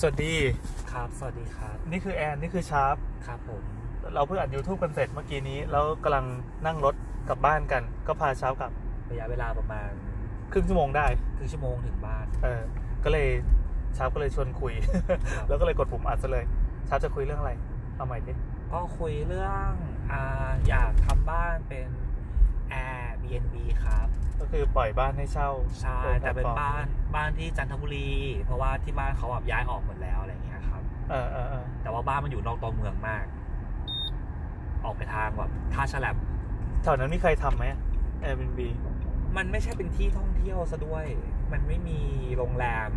สวัสดี ครับ สวัสดีครับ นี่คือแอน นี่คือชาร์ป ครับผม เราเพิ่งอัด YouTube กันเสร็จเมื่อกี้นี้ แล้วกำลังนั่งรถกลับบ้านกัน ก็พาชาร์ปกลับ ระยะเวลาประมาณ ครึ่งชั่วโมงได้ ครึ่งชั่วโมงถึงบ้าน เออ ก็เลยชาร์ปก็เลยชวนคุย ครับ แล้วก็เลยกดปุ่มอัดซะเลย ชาร์ปจะคุยเรื่องอะไร เอาใหม่ดิ ก็คุยเรื่องอ่าอยากทำบ้านเป็น Airbnb ครับ ก็คือปล่อยบ้านให้เช่า ใช่ โดย แต่เป็น ลตฟอร์ม บ้านบ้านที่จันทบุรี เพราะว่าที่บ้านเขาแบบย้ายออกหมดแล้วอะไรอย่างเงี้ยครับ เออเออเออ แต่ว่าบ้านมันอยู่นอกตัวเมืองมาก ออกไปทางแบบท่าฉลับ แถวนั้นมีใครทำไหม Airbnb มันไม่ใช่เป็นที่ท่องเที่ยวซะด้วย มันไม่มีโรงแรม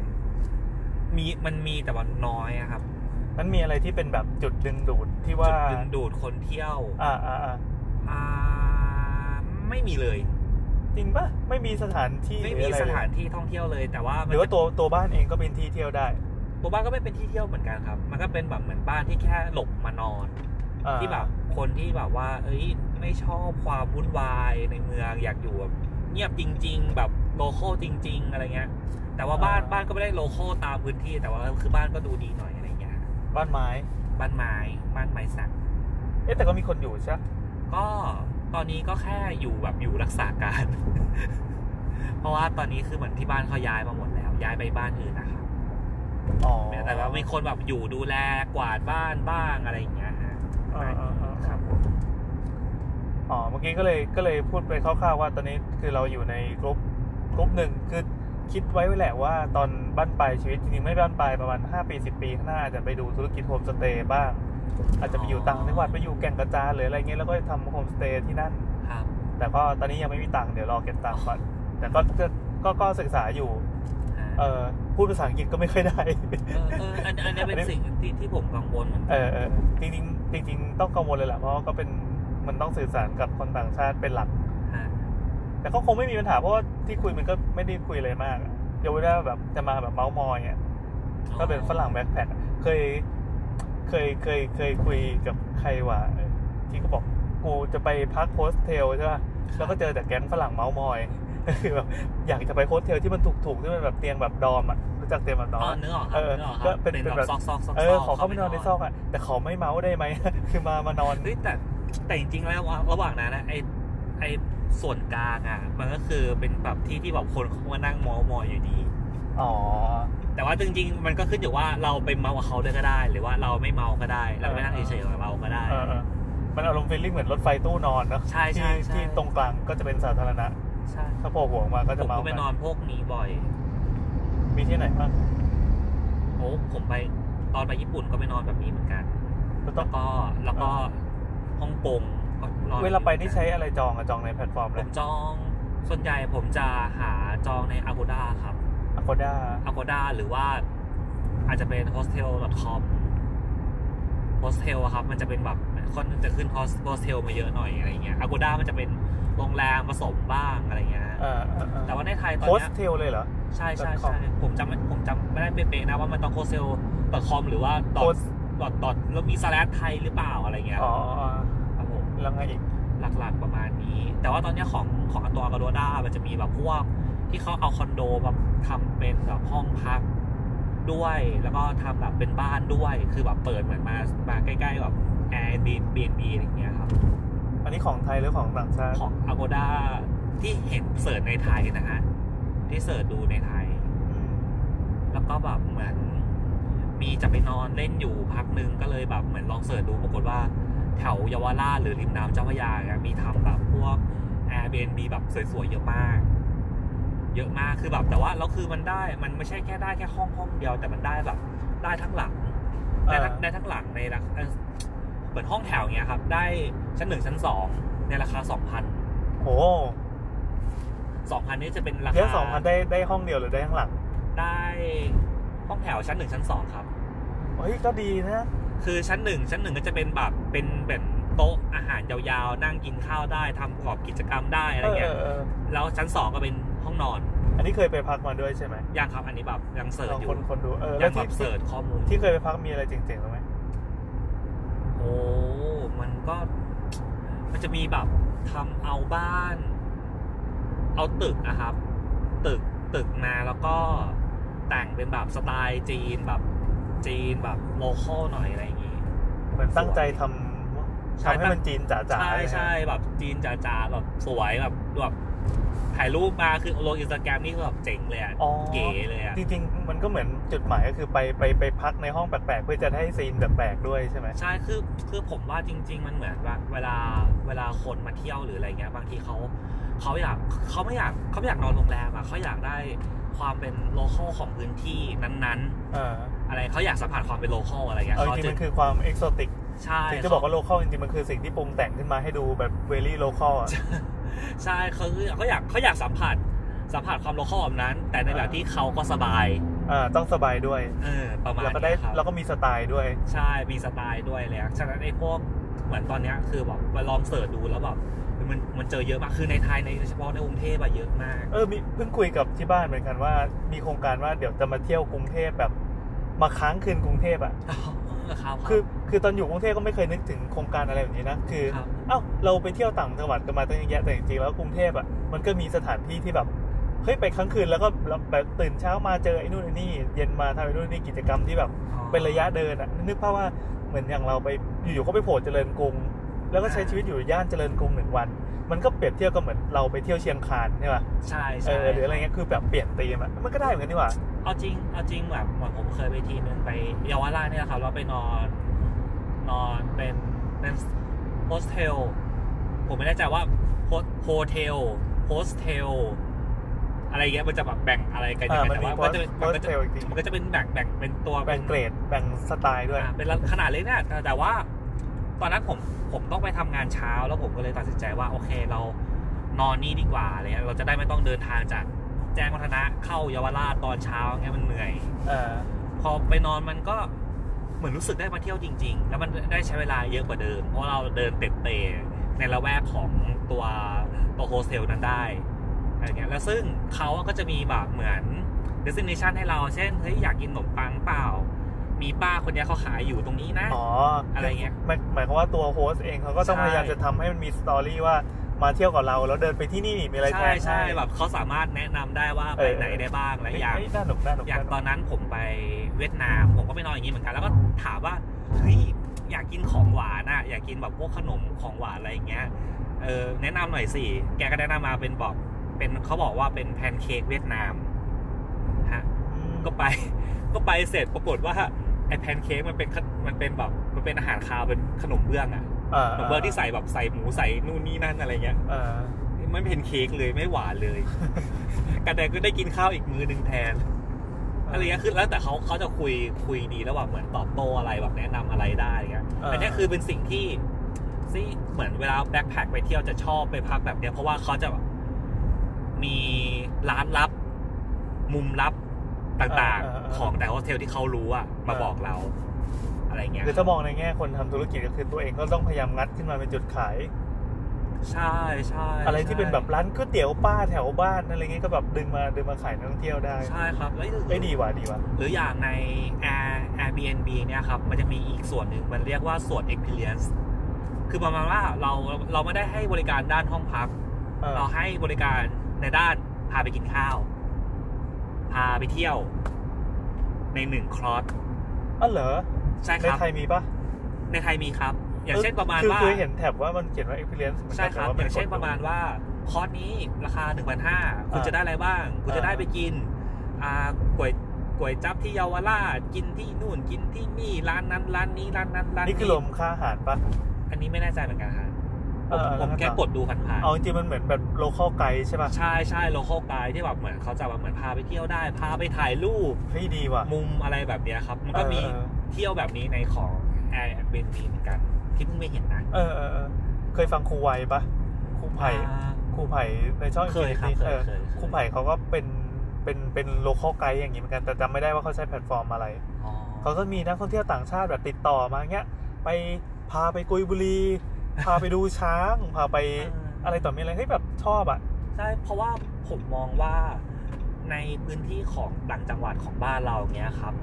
มีมันมีแต่ว่าน้อยอะครับ มันมีอะไรที่เป็นแบบจุดดึงดูดที่ว่า จุดดึงดูดคนเที่ยว อ่าอ่าอ่า อ่าไม่มีเลย จริงปะไม่มีสถานที่ ไม่ หรือ มี อะไร สถานที่ท่องเที่ยวเลยแต่ว่า ห มัน รือว่าตัวตัวบ้านเองก็เป็นที่เที่ยวได้ ตัวบ้านก็ไม่เป็นที่เที่ยวเหมือนกันครับ มันก็เป็นแบบเหมือนบ้านที่แค่หลบมานอน อ่า ที่แบบคนที่แบบว่า เอ้ย ไม่ชอบความวุ่นวายในเมืองอยากอยู่แบบเงียบจริง ๆ แบบโลคอลจริง ๆ อะไรเงี้ย แต่ว่าบ้าน อ่า บ้านก็ไม่ได้โลคอลตามพื้นที่แต่ว่าคือบ้านก็ดูดีหน่อยอะไรเงี้ย บ้านไม้ บ้านไม้บ้านไม้สัก เอ๊ะแต่ก็มีคนอยู่ใช่ปะ ก็ตอนนี้ก็แค่อยู่แบบอยู่รักษาการ เพราะว่าตอนนี้คือเหมือนที่บ้านเขาย้ายมาหมดแล้ว ย้ายไปบ้านอื่นนะครับ อ๋อ แต่ว่ามีคนแบบอยู่ดูแลกวาดบ้านบ้างอะไรอย่างเงี้ยฮะ อ่าอ่าอ่า ครับผม อ๋อเมื่อกี้ก็เลยก็เลยพูดไปคร่าวๆว่าตอนนี้คือเราอยู่ในกลุ่มกลุ่มหนึ่งคือคิดไว้ไว้แหละว่าตอนบ้านปลายชีวิตจริงๆไม่บ้านปลายประมาณ5ปี 10 ปีข้างหน้าอาจจะไปดูธุรกิจโฮมสเตย์บ้าง อาจจะไปอยู่ต่างจังหวัดไปอยู่แก่งกระจานหรืออะไรเงี้ยแล้วก็ทำโฮมสเตย์ที่นั่น ครับ แต่ก็ตอนนี้ยังไม่มีตังค์เดี๋ยวรอเก็บตังค์ก่อนแต่ก็ก็ก็ก็ศึกษาอยู่ ฮะ เออพูดภาษาอังกฤษก็ไม่ค่อยได้ เออเอออันอันนี้เป็นสิ่งที่ที่ผมกังวลเหมือน เอ กัน อเออจริงๆจริง ๆ ต้องกังวลเลยแหละเพราะว่าก็เป็นมันต้องสื่อสารกับคนต่างชาติเป็นหลัก ฮะ แต่ก็คงไม่มีปัญหาเพราะว่าที่คุยมันก็ไม่ได้คุยอะไรมากอะยกเว้นว่าแบบจะมาแบบเมาส์มอยอ่ะก็เป็นฝรั่งแบ็คแพ็คอะเคย เคยเคยเคยคุยกับใครวะที่ก็บอกกูจะไปพักโฮสเทลใช่ป่ะแล้วก็เจอแต่แก๊งฝรั่งเมาส์มอย คือแบบอยากจะไปโฮสเทลที่มันถูกๆที่มันแบบเตียงแบบดอมอ่ะรู้จักเตียงแบบดอมอ๋อ อะ เนื้อออกค เอ รัอบเนื้อออกค ก็ รับ เป็ เป็น น เป็ แบ น บ แบบ ซอกซอกซอก เออขอเข้าไปนอนในซอกอ่ะแต่ขอไม่เมาส์ได้ไหม คือมามานอน เฮ้ยแต่แต่จริงๆแล้วระหว่างนั้นนะไอไอส่วนกลางอ่ะ มันก็คือเป็นแบบที่ที่แบบคนเขามานั่งมอมอยอยู่ดี อ๋อ แต่ว่าจริงๆ มันก็ขึ้นอยู่ว่าเราไปเมากับเขาด้วยก็ได้ หรือว่าเราไม่เมาก็ได้ เราไม่นั่งเฉยๆของเราก็ได้ เออเออมันอารมณ์ฟีลลิ่งเหมือนรถไฟตู้นอนเนอะ ใช่ใช่ ที่ ใช่ ที่ตรงกลางก็จะเป็นสาธารณะ ใช่ ถ้าโผล่หัวออกมาก็ ผ จะ ม เมา ก็ไปนอนพวกนี้บ่อย มีที่ไหนบ้าง โอ้ผมไปตอนไปญี่ปุ่นก็ไปนอนแบบนี้เหมือนกัน เราต้ แล้ อง วก็แล้วก็ฮ่องกงก็นอน เวลาไปนี่ใช้อะไรจองอะจองในแพลตฟอร์ม ผ เลย มจองส่วนใหญ่ผมจะหาจองใน Agoda ครับ อ g โ d a Agoda หรือว่าอาจจะเป็น hostel.com hostel อะครับ มันจะเป็นแบบค่อนจะขึ้น host- hostel มาเยอะหน่อยอะไรเงี้ย Agoda มันจะเป็นโรงแรมผสมบ้างอะไรเงี้ย เออเออเออ แต่ว่าในไทยตอน โฮส เนี้ย เทลเลยเหรอ ใช่ใช่ .com ใช่ผมจำไม่ผมจำไม่ได้เป๊ะๆนะว่ามันต้อง hostel com หรือว่า โฮ dot ส dot dot แล้วมี slash ไทยหรือเปล่าอะไรเงี้ย อ๋อ ครับผม แล้วไงอีก หลักๆประมาณนี้ แต่ว่าตอนเนี้ยของของตัวกาโดด้ามันจะมีแบบพวกที่เขาเอาคอนโดแบบทำเป็นแบบห้องพักด้วย แล้วก็ทำแบบเป็นบ้านด้วย คือแบบเปิดเหมือนมามาใกล้ๆแบบ Airbnb อะไรอย่างเงี้ยครับ อันนี้ของไทยหรือของต่างชาติ ของ Agoda ที่เห็นเสิร์ชในไทยนะฮะ ที่เสิร์ชดูในไทย อืม แล้วก็แบบเหมือนมีจะไปนอนเล่นอยู่พักนึงก็เลยแบบเหมือนลองเสิร์ชดูปรากฏว่าแถวเยาวราชหรือริมน้ำเจ้าพระยาอะมีทำแบบพวก Airbnb แบบสวยๆเยอะมาก เยอะมากคือแบบแต่ว่าเราคือมันได้มันไม่ใช่แค่ได้แค่ห้องห้องเดียวแต่มันได้แบบได้ทั้งหลังได้ทั้งได้ทั้งหลังในราคาเอ่อเปิดห้องแถวเงี้ยครับ ได้ชั้นหนึ่งชั้นสองในราคาสองพัน โห สองพันนี่จะเป็นรา เรีย คา อะสองพันได้ได้ห้องเดียวหรือได้ทั้างหลัง ได้ห้องแถวชั้นหนึ่งชั้นสองครับ เฮ้ยก็ดีนะ คือชั้นหนึ่งชั้นหนึ่งก็จะเป็นแบบเป็นแบบโต๊ะอาหารยาวๆ นั่งกินข้าวได้ทำประกอบกิจกรรมได้อะไร เออ เงี้ เอย อเออ แล้วชั้นสองก็เป็นห้องนอน อันนี้เคยไปพักมาด้วยใช่ไหม ยังครับอันนี้แบบยังเสิร์ ล ช อง อยู่ คนคนดูเออ ยั แล้ ง ว แบ ที่ บเสิร์ชข้อมูล ที่เคยไปพักมีอะไรเจ๋งๆบ้างไหม โอ้มันก็ มันจะมีแบบทำเอาบ้าน เอาตึกนะครับ ตึกตึกมาแล้วก็แต่งเป็นแบบสไตล์จีนแบบ จีนแบบโลคอลหน่อยอะไรอย่างงี้ เหมือนตั้งใจทำ ใช่ ทำให้มันจีนจ๋าๆ ใช่ เลยนะ ใช่แบบจีนจ๋าๆแบบสวยแบบแบบถ่ายรูปมาคือลงอินสตาแกรมนี่คือแบบเจ๋งเลยอะ อ๋อ เก๋เลยอะ จริงๆ มันก็เหมือนจุดหมายก็คือไปไปไปพักในห้องแปลกๆ เพื่อจะได้ซีนแปลกๆด้วยใช่ไหม ใช่คือคือผมว่าจริง ๆ มันเหมือนว่าเวลาเวลาคนมาเที่ยวหรืออะไรเงี้ยบางทีเขาเขาอยากเขาไม่อยากเขาไม่อยากนอนโรงแรมอะเขาอยากได้ความเป็นโลคอลของพื้นที่นั้น เออ ๆ อะไรเขาอยากสัมผัสความเป็นโลคอลอะไรเงี้ย เอาจ เขา ริงๆ จึ มั ง นคือความเอกโซติก ใช่ ถึงจะ เขา บอกว่าโลคอลจริงๆ มันคือสิ่งที่ปรุงแต่งขึ้นมาให้ดูแบบเวลี่โลคอลอ่ะ ใช่เขาคือเขาอยากเขาอยากสัมผัสสัมผัสความโลคอลแบบนั้น แต่ในแบบ อ่า ที่เขาก็สบาย อ่าต้องสบายด้วย เออประมาณ แล้วก็ได้ เนี้ยครับ แล้วก็มีสไตล์ด้วย ใช่มีสไตล์ด้วยเลยอะฉะนั้นไอ้พวกเหมือนตอนเนี้ยคือแบบมาลองเสิร์ชดูแล้วแบบมันมันเจอเยอะมากคือในไทยในเฉพาะในกรุงเทพอะเยอะมาก เออมีเพิ่งคุยกับที่บ้านเหมือนกันว่า มีโครงการว่าเดี๋ยวจะมาเที่ยวกรุงเทพแบบ มาค้างคืนกรุงเทพอ่ะ ครับ คือคือตอนอยู่กรุงเทพก็ไม่เคยนึกถึงโครงการอะไรแบบนี้นะ คือ ครับ เอ้าเราไปเที่ยวต่างจังหวัดกันมาตั้งเยอะแยะแต่จริงๆแล้วกรุงเทพอ่ะมันก็มีสถานที่ที่แบบเฮ้ยไปค้างคืนแล้วก็แล้วแบบตื่นเช้ามาเจอไอ้นู่นไอ้นี่เย็นมาทำไอ้นู่นไอ้นี่กิจกรรมที่แบบเป็นระยะเดินอ่ะนึกภาพว่าเหมือนอย่างเราไปอยู่ๆก็ไปโผล่เจริญกรุง แล้วก็ใช้ชีวิตอยู่ย่านเจริญกรุงหนึ่งวัน มันก็เปรียบเทียบกับเหมือนเราไปเที่ยวเชียงคานใช่ป่ะ ใช่ เอ ใช่ อหรืออะไรเงี้ยคือแบบเปลี่ยนธีมอ่ะมันก็ได้เหมือนกันนี่หว่า เอาจริงเอาจริงแบบเหมือนผมเคยไปทีนึงไปเยาวราชเนี่ยแหละครับแล้วไปนอนนอนเป็นเป็นโฮสเทลผมไม่แน่ใจว่าโฮเทลโฮสเทลอะไรเงี้ยมันจะแบบแบ่งอะไรกันยั อ่าง ไง มัน แต่ มี ว่า โพ มั ส นต์โพสต์จะมันก็จะ เทลอีกที มันก็จะเป็นแบ่งแบ่งเป็นตัว แบ่งเกรดแบ่งสไตล์ด้วย อ่าเป็นขนาดเล็กเนี่ยแต่แต่ว่า ตอนนั้นผมผมต้องไปทำงานเช้าแล้วผมก็เลยตัดสินใจว่าโอเคเรานอนนี่ดีกว่าอะไรเลยเราจะได้ไม่ต้องเดินทางจากแจ้งวัฒนะเข้าเยาวราชตอนเช้าเงี้ยมันเหนื่อย เออ พอไปนอนมันก็เหมือนรู้สึกได้มาเที่ยวจริง ๆ แล้วมันได้ใช้เวลาเยอะกว่าเดิม เพราะเราเดินเต็ดเตะในละแวกของตัวตัวโฮสเทลนั้นได้อะไรเงี้ยแล้วซึ่งเขาก็จะมีแบบเหมือน destination ให้เรา เช่นเฮ้ยอยากกินขนมปังเปล่า มีป้าคนเนี้ยเขาขายอยู่ตรงนี้นะ อ๋อ อะไรเงี้ย หมายหมายความว่าตัวโฮสต์เองเขาก็ต้อง ใช่ พยายามจะทำให้มันมีสตอรี่ว่ามาเที่ยวกับเราแล้วเดินไปที่นี่นี่มีอะไรแท ใช่ น ใช่แบบเขาสามารถแนะนำได้ว่า เอ ไป อ ไหนได้บ้างอะไร ให้ อย่าง เฮ้น่าหนุกน่าหนุก อย่างน่าหตนุก อนนั้นผมไปเวียดนามผมก็ไปนอนอย่างนี้เหมือนกันแล้วก็ถามว่าเฮ้ยอยากกินของหวานอะอยากกินแบบพวกขนมของหวานอะไรอย่างเงี้ยเออแนะนำหน่อยสิแกก็แนะนำมาเป็นบอกเป็นเขาบอกว่าเป็นแพนเค้กเวียดนามฮะก็ไป ก็ไปเสร็จปรากฏว่าไอแพนเค้กมันเป็นขมันเป็นแบบมันเป็นอาหารคาวเป็นขนมเบื้องอะ า ขนมเบื้องที่ใส่แบบใส่หมูใส่นู่นนี่นั่นอะไรเงี้ย เออ ไม่เป็นเค้กเลยไม่หวานเลยกันแดงก็ได้กินข้าวอีกมือหนึ่งแทน อะไรเงี้ยคือแล้วแต่เขาเขาจะคุยคุยดีแล้วแบบเหมือนตอบโต้อะไรแบบแนะนำอะไรได้อะไรเงี้ย เ แต่เนี่ยคือเป็นสิ่งที่ที่เหมือนเวลาแบ็คแพคไปเที่ยวจะชอบไปพักแบบเนี้ยเพราะว่าเขาจะแบบมีร้านลับ มุมลับต่าง เออเออเออ ๆ ของแต่โฮสเทลที่เขารู้อะมาบอกเรา อะไรเงี้ย คือถ้ามองในแง่คนทำธุรกิจก็คือตัวเองก็ต้องพยายามงัดขึ้นมาเป็นจุดขาย ใช่ใช่ อะไรที่เป็นแบบ ใช่ ร้านก๋วยเตี๋ยวป้าแถวบ้านอะไรเงี้ยก็แบบดึงมาดึงมาขายนักท่องเที่ยวได้ ใช่ครับแล้ว ไอ้ยดีว่ะดีว่ะ หรืออย่างใน Air Airbnb เนี่ยครับ มันจะมีอีกส่วนหนึ่งมันเรียกว่าส่วน experience คือประมาณว่าเราเราไม่ได้ให้บริการด้านห้องพัก เออ เราให้บริการในด้านพาไปกินข้าว พาไปเที่ยว ในหนึ่งคลอส อ๋อเหรอ ใช่ค ใน รับ ไทยมีปะ ในไทยมีครับ อย่างเช่นประมาณ คือ ว่า คือเห็นแถบว่ามันเขียนว่า experience เหมือน ใช่ กัน ครับ แต่ว่ อย่างเช่น กด ประมาณว่าคอร์สนี้ราคา 1 5 0 0คุณจะได้อะไรบ้าง คุณจะได้ไปกินอ่าก๋วยก๋วยจับที่เยาวราชกินที่นู่นกินที่นี่ร้านนั้นร้านนี้ร้านนั้นร้าน นี่คือรวมค่าอาหารปะ อันนี้ไม่แน่ใจเหมือนกันครับ เออ ผม แล้วไงต่อ แค่กดดูผ่าน เอาจริงๆมันเหมือนแบบโลคอลไกด์ใช่ปะ ๆใช่ใช่โลคอลไกด์ที่แบบเหมือนเขาจะแบบเหมือนพาไปเที่ยวได้พาไปถ่ายรูป เฮ้ยดีว่ะ มุมอะไรแบบเนี้ยครับ มันก็มี เออ เที่ยวแบบนี้ในของ Airbnb เหมือนกัน ที่เพิ่งไม่เห็นนะ เออเออเออเคยฟังครูไวปะครูไผ่ อ่า ครูไผ่ในช่อง เคยครับ Infinity เคย เออ เคยเคย ครูไผ่เขาก็เป็นเป็นเป็นโลคอลไกด์อย่างนี้เหมือนกันแต่จำไม่ได้ว่าเขาใช้แพลตฟอร์มอะไร อ๋อ เขาก็มีนักท่องเที่ยวต่างชาติแบบติดต่อมาเงี้ย ไปพาไปกุยบุรี พาไปดูช้าง พาไปอะไรต่อมีอะไรให้ยแบบชอบอ่ะ ใช่เพราะว่าผมมองว่าในพื้นที่ของต่างจังหวัดของบ้านเราอย่างเงี้ยครับ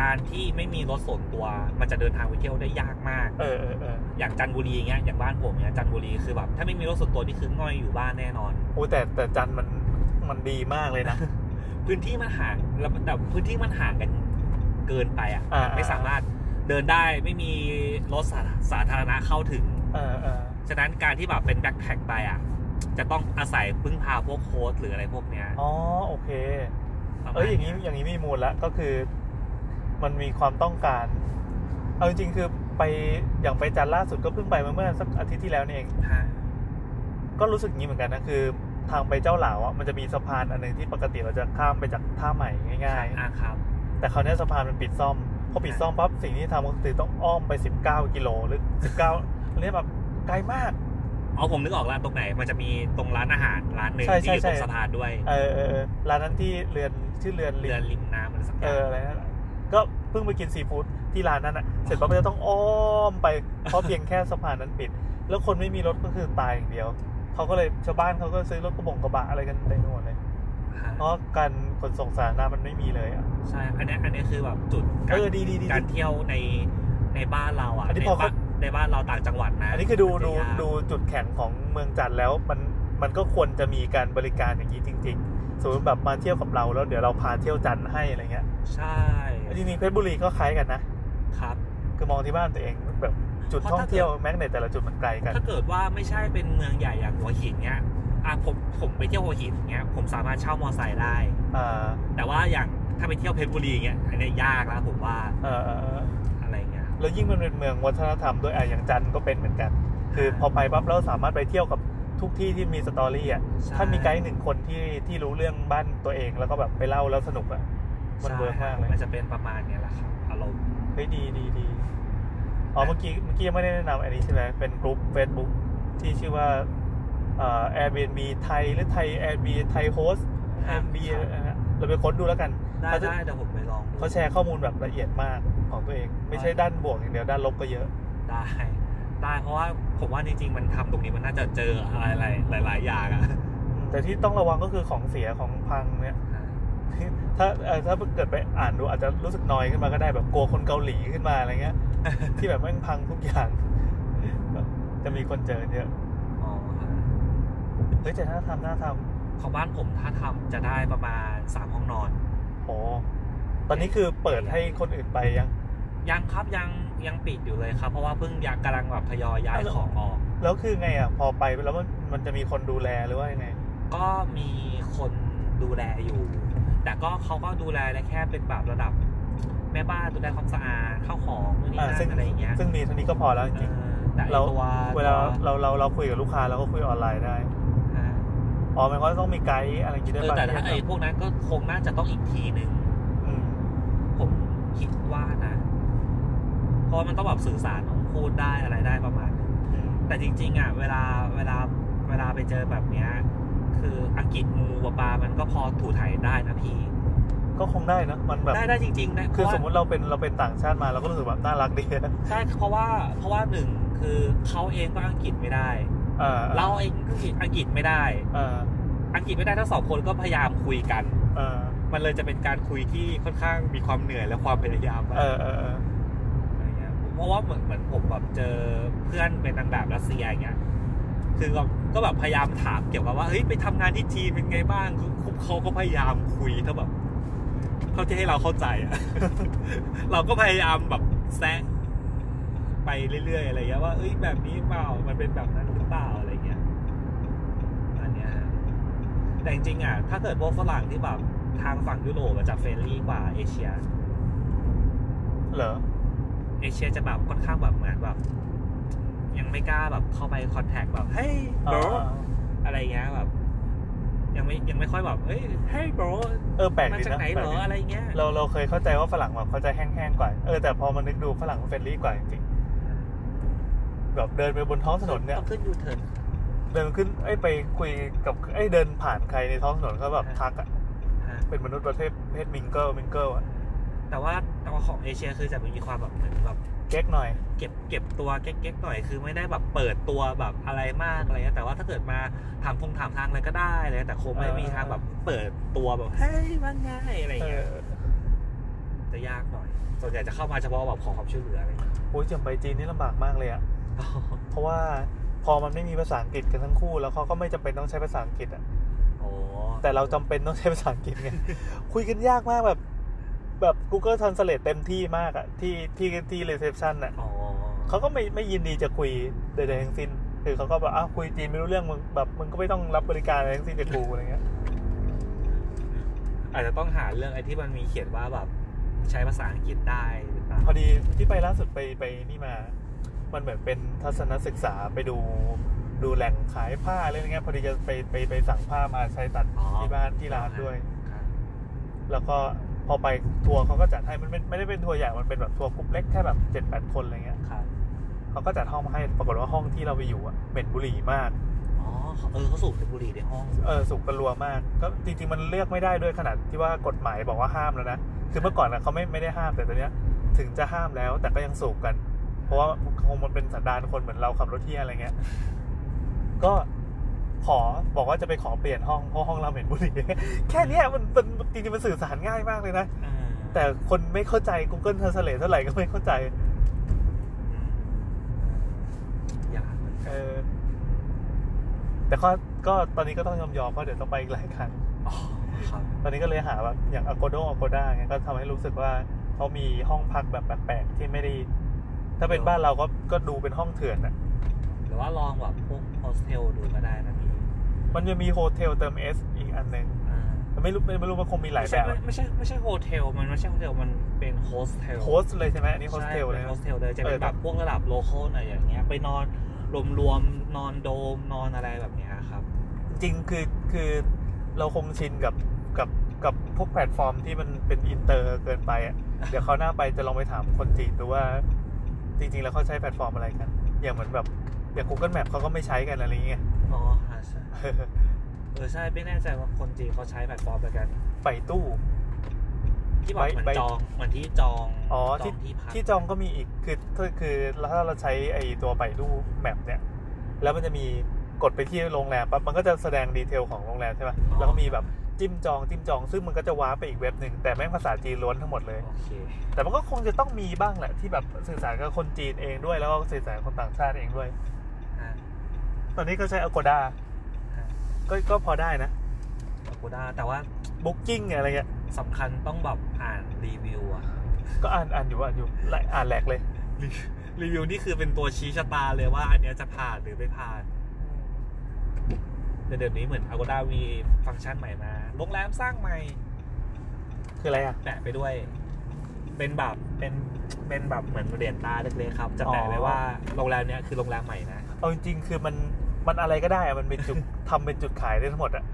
การที่ไม่มีรถส่วนตัว มันจะเดินทางไปเที่ยวได้ยากมาก เออเออเออ อย่างจันทบุรีอย่างเงี้ยอย่างบ้านผมเนี้ยจันทบุรีคือแบบถ้าไม่มีรถส่วนตัวนี่คือง่อยอยู่บ้านแน่นอน โอ้แต่แต่จันทร์มันมันดีมากเลยนะ พื้นที่มันห่างแล้วแต่พื้นที่มันห่างกัน เกินไปอ่ะ อ่า มันไม่สามารถเดินได้ไม่มีรถสาสาธารณะเข้าถึง เออเออ ฉะนั้นการที่แบบเป็นแบ็คแพคไปอ่ะ จะต้องอาศัยพึ่งพาพวกโค้ชหรืออะไรพวกเนี้ย อ๋อโอเค ประมณ เอ้ยอย่างนี้อย่างนี้มีมูลละก็คือ มันมีความต้องการ เอาจริงๆคือไปอย่างไปจันทร์ล่าสุดก็เพิ่งไปมาเมื่อสักอาทิตย์ที่แล้วนี่เอง ฮะ ก็รู้สึกงี้เหมือนกันนะคือ ทางไปเจ้าเหลาอ่ะมันจะมีสะพานอันหนึ่งที่ปกติเราจะข้ามไปจากท่าใหม่ง่าย อ่าครับ ๆ แต่คราวเนี้ยสะพานมันปิดซ่อมพอปิดซ่อมปั๊บสิ่งที่ทำก็คือต้องอ้อมไป 19กิโลหรือ19อันนี้แบบไกลมาก เอาผมนึกออกแล้วตรงไหน มันจะมีตรงร้านอาหารร้านหนึ่ง ใช่ใช่ ที่อยู่ตรง ใช่ สะพานด้วย เออเออเออร้านนั้นที่เรือนชื่อเรือนลิ เรือง ริมน้ำอะไรสักอ เอย่าง ออะไรนั่นแหละก็เพิ่งไปกินซีฟู้ดที่ร้านนั้นอ่ะ เสร็จปั๊บก็จะต้องอ้อมไป เพราะเพียงแค่สะพานนั้นปิด แล้วคนไม่มีรถก็คือตายอย่างเดียว เขาก็เลยชาวบ้านเขาก็ซื้อรถกระบงกระบะอะไรกันเต็มไปหมดเลย ฮะ เพราะการขนส่งสาธารณะมันไม่มีเลยอ่ะ ใช่อันเนี้ยอันเนี้ยคือแบบจุด เออดีดีดี การเที่ยวในในบ้านเราอ่ะ อันนี้ ใน พอเข้า บ้านในบ้านเราต่างจังหวัดนะ อันนี้คือดูดู มันจะยาก ดูจุดแข็งของเมืองจันทร์แล้วมันมันก็ควรจะมีการบริการอย่างนี้จริง ๆสมมติแบบมาเที่ยวกับเราแล้วเดี๋ยวเราพาเที่ยวจันทร์ให้อะไรเงี้ย ใช่ จริงๆเพชรบุรีก็คล้ายกันนะครับ คือมองที่บ้านตัวเองแบบจุดท่องเที่ยวแม้ในแต่ละจุดมันไกลกัน ถ้าเกิดว่าไม่ใช่เป็นเมืองใหญ่อย่างหัวหินเนี้ยอ่ะผมผมไปเที่ยวหัวหินเนี้ยผมสามารถเช่ามอไซค์ได้ อ่า แต่ว่าอย่างถ้าไปเที่ยวเพชรบุรีเงี้ยอันเนี้ยยากแล้วผมว่า เออเออเออ อะไรเงี้ย แล้วยิ่งมันเป็นเมืองวัฒนธรรมด้วยอ่ะอย่างจันทร์ก็เป็นเหมือนกัน คือพอไปปั๊บเราสามารถไปเที่ยวกับทุกที่ที่มีสตอรี่อ่ะ ใช่ ถ้ามีไกด์หนึ่งคนที่ที่รู้เรื่องบ้านตัวเองแล้วก็แบบไปเล่าแล้วสนุกอ่ะมัน ใช่ เวิร์กมากเลย มันจะเป็นประมาณเนี้ยแหละครับอารมณ์ เฮ้ยดีดีดีอ๋อเมื่อกี้เมื่อกี้ยังไม่ได้แนะนำอันนี้ใช่ไหมเป็นกลุ่ม Facebook ที่ชื่อว่าเอ่อ Airbnb ไทยหรือไทย Airbnb ไทยโฮส Airbnb อะไรนะเราไปค้นดูแล้วกัน ได้ เขาจะ ได้เดี๋ยวผมไปลองดู เขาแชร์ข้อมูลแบบละเอียดมากของตัวเอง ไม่ใช่ด้านบวกอย่างเดียวด้านลบก็เยอะ ได้ ได้เพราะว่าผมว่าจริงๆมันทำตรงนี้มันน่าจะเจออะไรหลายหลายๆอย่างอะ แต่ที่ต้องระวังก็คือของเสียของพังเนี่ย ถ้าเอ่อถ้าเกิดไปอ่านดูอาจจะรู้สึกนอยขึ้นมาก็ได้แบบกลัวคนเกาหลีขึ้นมาอะไรเงี้ย ที่แบบแม่งพังทุกอย่าง จะมีคนเจอเยอะ อ๋อ เฮ้ยแต่ถ้าทำน่าท ของบ้านผมถ้าทำจะได้ประมาณสามห้องนอน ำโอ้ตอนนี้คือเปิดให้คนอื่นไปยัง ยังครับยังยังปิดอยู่เลยครับ เพราะว่าเพิ่งยากำลังแบบทยอยย้าย อ้าวเหรอ ของออก แล้วคือไงอ่ะ พอไปแล้วมันมันจะมีคนดูแลหรือว่ายังไง ก็มีคนดูแลอยู่ แต่ก็เขาก็ดูแลได้แค่เป็นแบบระดับ แม่บ้านดูแลความสะอาดข้าวของนู่นนี่ อ่าซึ่งนั่นอะไรอย่างเงี้ย ซึ่งมีเท่านี้ก็พอแล้วจ เอ ริง อแต่ไอ้ เรา ตัว ๆเวลาเราเราเราคุยกับลูกค้าเราก็คุยออนไลน์ได้ อ่า อ๋อหมายความว่าต้องมีไกด์อะไรอย่างงี้ด้วย เออ ป่ะ แต่ถ้าไอ้พวกนั้นก็คงน่าจะต้องอีกทีนึง อืม ผมคิดว่านะ เพราะว่ามันต้องแบบสื่อสารต้องพูดได้อะไรได้ประมาณนึง อืม แต่จริง ๆ อ่ะ เวลาเวลาเวลาไปเจอแบบเนี้ย คืออังกฤษงูปลาปลามันก็พอถูไถได้นะพี่ ก็คงได้เนอะมันแบบ ได้ได้จริงๆนะ คือสมม เพราะติว่าเราเป็นเราเป็นต่างชาติมาเราก็รู้สึกแบบน่ารักดี นะ ใช่เพราะว่าเพราะว่าหนึ่งคือเขาเองก็อังกฤษไม่ได้ เออ เราเองก็อังกฤษไม่ได้ เออ อังกฤษไม่ได้ทั้งสองคนก็พยายามคุยกัน เออ มันเลยจะเป็นการคุยที่ค่อนข้างมีความเหนื่อยและความพยายามมา เอก อเออเออ อะไรเงี้ยเพราะว่าเหมือนเหมือนผมแบบเจอเพื่อนเป็นนางแบบรัสเซียอย่างเงี้ย คือก็ก็แบบพยายามถามเกี่ยวกับว่าเฮ้ยไปทำงานที่จีนเป็นไงบ้างคือคือเขาก็พยายามคุยถ้าแบบเขาจะให้เราเข้าใจอะ เราก็พยายามแบบแซะไปเรื่อยๆอะไรเงี้ยว่าเอ้ยแบบนี้เปล่ามันเป็นแบบนั้นหรือเปล่าอะไรเงี้ยอันเนี้ยฮะแต่จริงๆอ่ะถ้าเกิดพวกฝรั่งที่แบบทางฝั่งยุโรปอะจะเฟรนลี่กว่าเอเชีย เหรอ เอเชียจะแบบค่อนข้างแบบเหมือนแบบ ยังไม่กล้าแบบเข้าไปคอนแทคแบบเฮ้ย อ๋อ bro อะไรเงี้ยแบบ ยังไม่ยังไม่ค่อยแบบเฮ้ย hey bro เออแปลก มา ดี จาก นะ ไหน แป เห ลกรอ ดี อะไรเงี้ย เราเราเคยเข้าใจว่าฝรั่งแบบเขาจะแห้งๆกว่าเออแต่พอมานึกดูฝรั่งเฟรนลี่กว่าจริงๆแบบเดินไปบนท้องถนนเนี่ย ต้องขึ้นยูเทิร์น เดินขึ้นไอ้ยไปคุยกับไอ้ยเดินผ่านใครในท้องถนนเขาแบบ ฮะ ทักอ่ะ ฮะ เป็นมนุษย์ประเภทเพศมิงเกิลมิงเกิลอ่ะ แต่ว่าตัวของเอเชียคือจะมีความแบบเหมือนแบบ เก๊กหน่อย เก็บเก็บตัวเก๊กๆหน่อยคือไม่ได้แบบเปิดตัวแบบอะไรมากอะไรเงี้ยแต่ว่าถ้าเกิดมาถามคงถามทางอะไรก็ได้เลยแต่คงไม่ เออ มีทางแบบเปิดตัวแบบเฮ้ยว่าไงอะไร เอ เงี้ย อ จะยากหน่อย ส่วนใหญ่จะเข้ามาเฉพาะแบบขอความช่วยเหลืออะไรเงี้ย โอ้ยจำไปจีนนี่ลำบากมากเลยอ่ะเพราะว่าพอมันไม่มีภาษาอังกฤษกันทั้งคู่ แล้วเขาก็ไม่จำเป็นต้องใช้ภาษาอังกฤษอ่ะ โอ้ แต่เราจำเป็นต้องใช้ภาษาอังกฤษไง คุยกันยากมากแบบ แบบ Google Translate เต็มที่มากอะที่ที่ที่รีเซพชันอะ อ๋อ เขาก็ไม่ไม่ยินดีจะคุยใดๆทั้งสิ้นคือเขาก็แบบอ้าวคุยจีนไม่รู้เรื่องมึงแบบมึงก็ไม่ต้องรับบริการอะไรทั้งสิ้นจากกูอะไรเงี้ย อาจจะต้องหาเรื่องไอ้ที่มันมีเขียนว่าแบบใช้ภาษาอังกฤษได้หรือเปล่า พอดีที่ไปล่าสุดไปไปนี่มา มันเหมือนเป็นทัศนศึกษาไปดูดูแหล่งขายผ้าอะไรเงี้ยพอดีจะไปไปไปสั่งผ้ามาใช้ตัด อ๋อ ที่บ้านที่ร้านด้วย ครับ แล้วก็พอไปทัวร์เขาก็จัดให้มันเป็นไม่ได้เป็นทัวร์ใหญ่ มันเป็นแบบทัวร์กรุ๊ปเล็กแค่แบบเจ็ดแปดคนอะไรเงี้ย ครับ เขาก็จัดห้องมาให้ปรากฏว่าห้องที่เราไปอยู่อะเหม็นบุหรี่มาก อ๋อเออเขาสูบบุหรี่ในห้อง เออสูบกันรัวมาก ก็จริงๆมันเลือกไม่ได้ด้วยขนาดที่ว่ากฎหมายบอกว่าห้ามแล้วนะ คือเมื่อก่อนอะเขาไม่ไม่ได้ห้ามแต่ตอนเนี้ย ถึงจะห้ามแล้วแต่ก็ยังสูบกัน เพราะว่าคงมันเป็นสันดานคนเหมือนเราขับรถเที่ยอะไรเงี้ย ก็ขอบอกว่าจะไปขอเปลี่ยนห้องเพราะห้องเราเหม็นบุหรี่ แค่เนี้ยมันมันจริงๆมันสื่อสารง่ายมากเลยนะ อ่า แต่คนไม่เข้าใจ Google Translate เท่าไหร่ก็ไม่เข้าใจ อืมอยากเหมือน เอ กัน อ แต่ก็ก็ตอนนี้ก็ต้องยอมยอมเพราะเดี๋ยวต้องไปอีกหลายครั้ง อ๋อครับ ตอนนี้ก็เลยหาแบบอย่างอ g โกโดอ g โกด้าเงี้ยก็ทำให้รู้สึกว่าเขามีห้องพักแบบแปลกๆที่ไม่ได้ ถ้าเป็นบ้านเราก็ก็ดูเป็นห้องเถื่อนอะ หรือว่าลองแบบพวกโฮสเทลดูก็ได้นะพี่ มันจะมีโฮเทลเติมเอสอีกอันหนึ่ง อ่า แต่ไม่รู้ไม่รู้ว่าคงมีหลาย ไม่ แบ ใช่ บ ไม่ใช่ไม่ใช่โฮเทลมันไม่ใช่โฮเทลมันเป็นโฮสเทล โฮสเลยใช่ไหมอันนี้โฮสเทลเลย โฮ นะ สเทลเลยจะเป็ เอน อ แบบพวกระดับโลคอลหน่อยอย่างเงี้ย ไปนอนรวมๆนอนโดมนอนอะไรแบบเนี้ยครับ จริงๆคือคือเราคงชินกับกับกับพวกแพลตฟอร์มที่มันเป็นอินเตอร์เกินไป อ่ะ เดี๋ยวเขาวหน้าไปจะลองไปถามคนจีนดูว่า จริง ๆ แล้วเขาใช้แพลตฟอร์มอะไรกัน อย่างเหมือนแบบอย่าง Google Map เขาก็ไม่ใช้กันอะไรอย่างเงี้ ย อ๋ออ่าใช่เออใช่ไม่แน่ใจว่าคนจีนเขาใช้แพลตฟอร์มอะไรกัน ไปตู้ ที่แบบเหมือน ไป จองเหมือนที่จอง อ๋อ จองที่พัก ที่จองก็มีอีกคือคือคือถ้าเราใช้ไอตัวไปตู้แมปเนี่ย แล้วมันจะมีกดไปที่โรงแรมปั๊บมันก็จะแสดงดีเทลของโรงแรมใช่ปะแล้วก็มีแบบจิ้มจองจิ้มจองซึ่งมันก็จะว้าร์ปไปอีกเว็บหนึ่งแต่แม่งภาษาจีนล้วนทั้งหมดเลย โอเค แต่มันก็คงจะต้องมีบ้างแหละที่แบบสื่อสารกับคนจีนเองด้วยแล้วก็สื่อสารกับคนต่างชาติเองด้วย อ่า ตอนนี้ก็ใช้ Agoda อ่า ก็ก็พอได้นะ กูได้แต่ว่า Booking อะไรเงี้ย สำคัญต้องแบบอ่านรีวิวอะ ก็อ่านอ่านอยู่อ่านอยู่ไล่อ่านแหลกเลย รีวิวนี่คือเป็นตัวชี้ชะตาเลยว่าอันเนี้ยจะผ่านหรือไม่ผ่านแต่เดี๋ยวนี้เหมือน Agoda มีฟังก์ชันใหม่มาโรงแรมสร้างใหม่ คืออะไรอ่ะ แปะไปด้วย เป็นแบบเป็นเป็นแบบเหมือนเหรียญตาเล็กๆครับ จะแปะไว้ว่าโรงแรมเนี้ยคือโรงแรมใหม่นะ เอาจริงๆคือมันมันอะไรก็ได้อะมันเป็นจุด ทำเป็นจุดขายได้ทั้งหมดอะ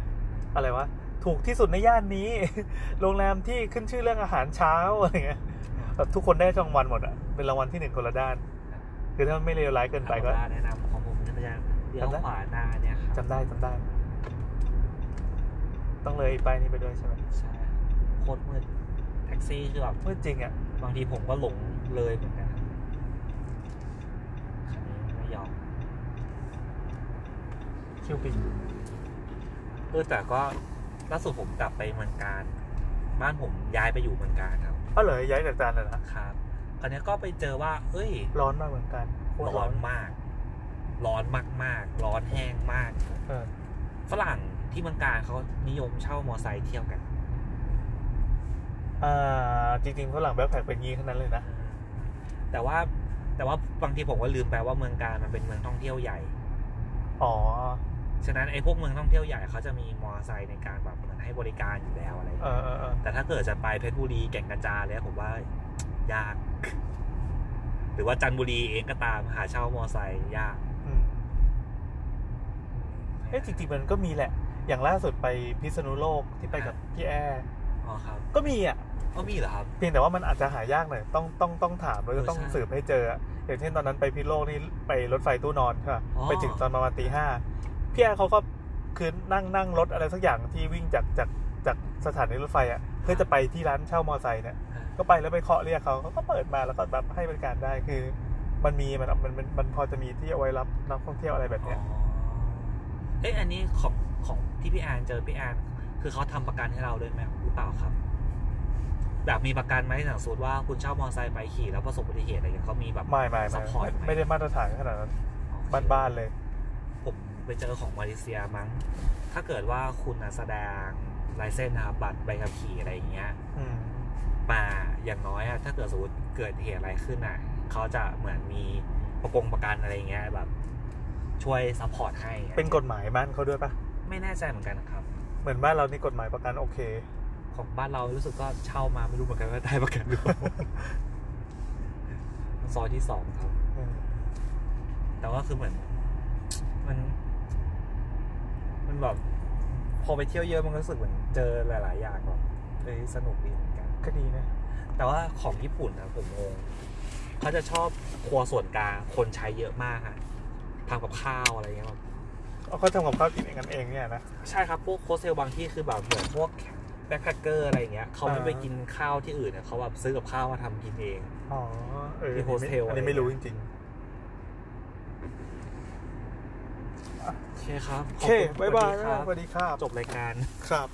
อะไรวะ ถูกที่สุดในย่านนี้ โรงแรมที่ขึ้นชื่อเรื่องอาหารเช้าอะไรเงี้ยแบบทุกคนได้รางวัลหมดอะเป็นรางวัลที่หนึ่งคนละด้าน คือถ้ามันไม่เลวร้ายเกินไปก็ อาแนะนำของผมจะพยายามเลี้ยวขวาหน้าเนี่ยครับ จำได้จำได้ ต้องเลยไปายนี่ไปด้วยใช่ไหม ใช่โคตรมืดแท็กซี่คือแบบ เมื่อจริงอะ บางทีผมก็หลงเลยเหมือนกันครับคันนี้ไม่ยอม คิวปิด เออแต่ก็ล่าสุดผมกลับไปเมืองการ บ้านผมย้ายไปอยู่เมืองการครับ อ้าวเหรอย้ายจากจานเลยนะครับ คราวนี้ก็ไปเจอว่า เอ้ย ร้อนมากเหมือนกันโคตร ร้ ร้อ อน นมาก ร้อนมากๆ ร้อนแห้งมาก เออ ฝรั่งที่เมืองการเขานิยมเช่ามอไซค์เที่ยวกัน อ่า จริงๆฝรั่งแบ็คแพคเป็นงี้ทั้งนั้นเลยนะ แต่ว่าแต่ว่าบางทีผมก็ลืมไปว่าเมืองการมันเป็นเมืองท่องเที่ยวใหญ่ อ๋อ ฉะนั้นไอ้พวกเมืองท่องเที่ยวใหญ่เขาจะมีมอไซค์ในการแบบเหมือนให้บริการอยู่แล้วอะไรอย่าง เอ เงี้อยเออเออ แต่ถ้าเกิดจะไปเพชรบุรีแก่งกระจานแล้วผมว่ายาก หรือว่าจันทบุรีเองก็ตามหาเช่ามอไซค์ยาก อืม เอ้ยจริงๆมันก็มีแหละ อย่างล่าสุดไปพิษณุโลกที่ไปกับพี่แอร์ อ๋อครับ ก็มีอ่ะ ก็มีเหรอครับ เพียงแต่ว่ามันอาจจะหายากหน่อย ต้องต้องต้องถามแล้วก็ เออ ต้อง ใช่ สืบให้เจออะอย่างเช่นตอนนั้นไปพิษณุโลกนี่ไปรถไฟตู้นอนใช่ป่ะ อ๋อ ไปถึงตอนประมาณตีห้าพี่แอร์เขาก็คือนั่งนั่งรถอะไรสักอย่างที่วิ่งจากจากจากสถานีรถไฟอ่ะ เพื่อจะไปที่ร้านเช่ามอไซค์เนี่ย ก็ไปแล้วไปเคาะเรียกเขาเขาก็เปิดมาแล้วก็แบบให้บริการได้คือ มันมีมันมันมันมันพอจะมีที่เอาไว้รับนักท่องเที่ยวอะไรแบบ อ๋อ เนี้ย เอ้ยอันนี้ของของที่พี่แอนเจอพี่แอนคือเขาทำประกันให้เราด้วยไหมหรือเปล่าครับ แบบมีประกันไหมสมมติว่าคุณเช่ามอไซค์ไปขี่แล้วประสบอุบัติเหตุอะไรอย่างเงี้ยเขามีแบบ ไม่ไม่ไม่ Support ไหม ไม่ได้มาตรฐานขนาดนั้นบ้านๆเลย ผมไปเจอของมาเลเซียมั้ง ถ้าเกิดว่าคุณน่ะแสดงลายเส้นนะครับบัตรใบขับขี่อะไรอย่างเงี้ย อืม มาอย่างน้อยอะถ้าเกิดสมมติเกิดเหตุอะไรขึ้นอะเขาจะเหมือนมีประกงประกันอะไรเงี้ยแบบ ช่วยซัพพอร์ตให้อะ เป็นกฎหมายบ้านเขาด้วยปะ ไม่แน่ใจเหมือนกันนะครับ เหมือนบ้านเรานี่กฎหมายประกันโอเค ของบ้านเรารู้สึกก็เช่ามาไม่รู้เหมือนกันว่าได้ประกัน หรือเปล่า ซอยที่สองครับ อืม แต่ว่าคือเหมือน มัน มันแบบพอไปเที่ยวเยอะมันก็รู้สึกเหมือนเจอหลาย ๆ อย่างแบบเอ้ยสนุกดีเหมือนกัน ก็ดีนะ แต่ว่าของญี่ปุ่นนะผมงงเขาจะชอบครัวส่วนกลางคนใช้เยอะมากอะทำกับข้าวอะไรเงี้ยแบบ เอาเขาทำกับข้าวกินเองกันเองเนี่ยนะ ใช่ครับพวกโคเซลบางที่คือแบบเหมือนพวกแบ็คแพคเกอร์อะไรเงี้ยเขาไม่ อ่า ไปกินข้าวที่อื่นเนี่ยเขาแบบซื้อกับข้าวมาทำกินเอง อ๋อ เออ มีโฮสเทล อัน อะไร นี้ไม่รู้จริง โอเคครับ ๆโอขอบ เค ณ บายบาย ครั สวัสดีครับ จบรายการ ครับ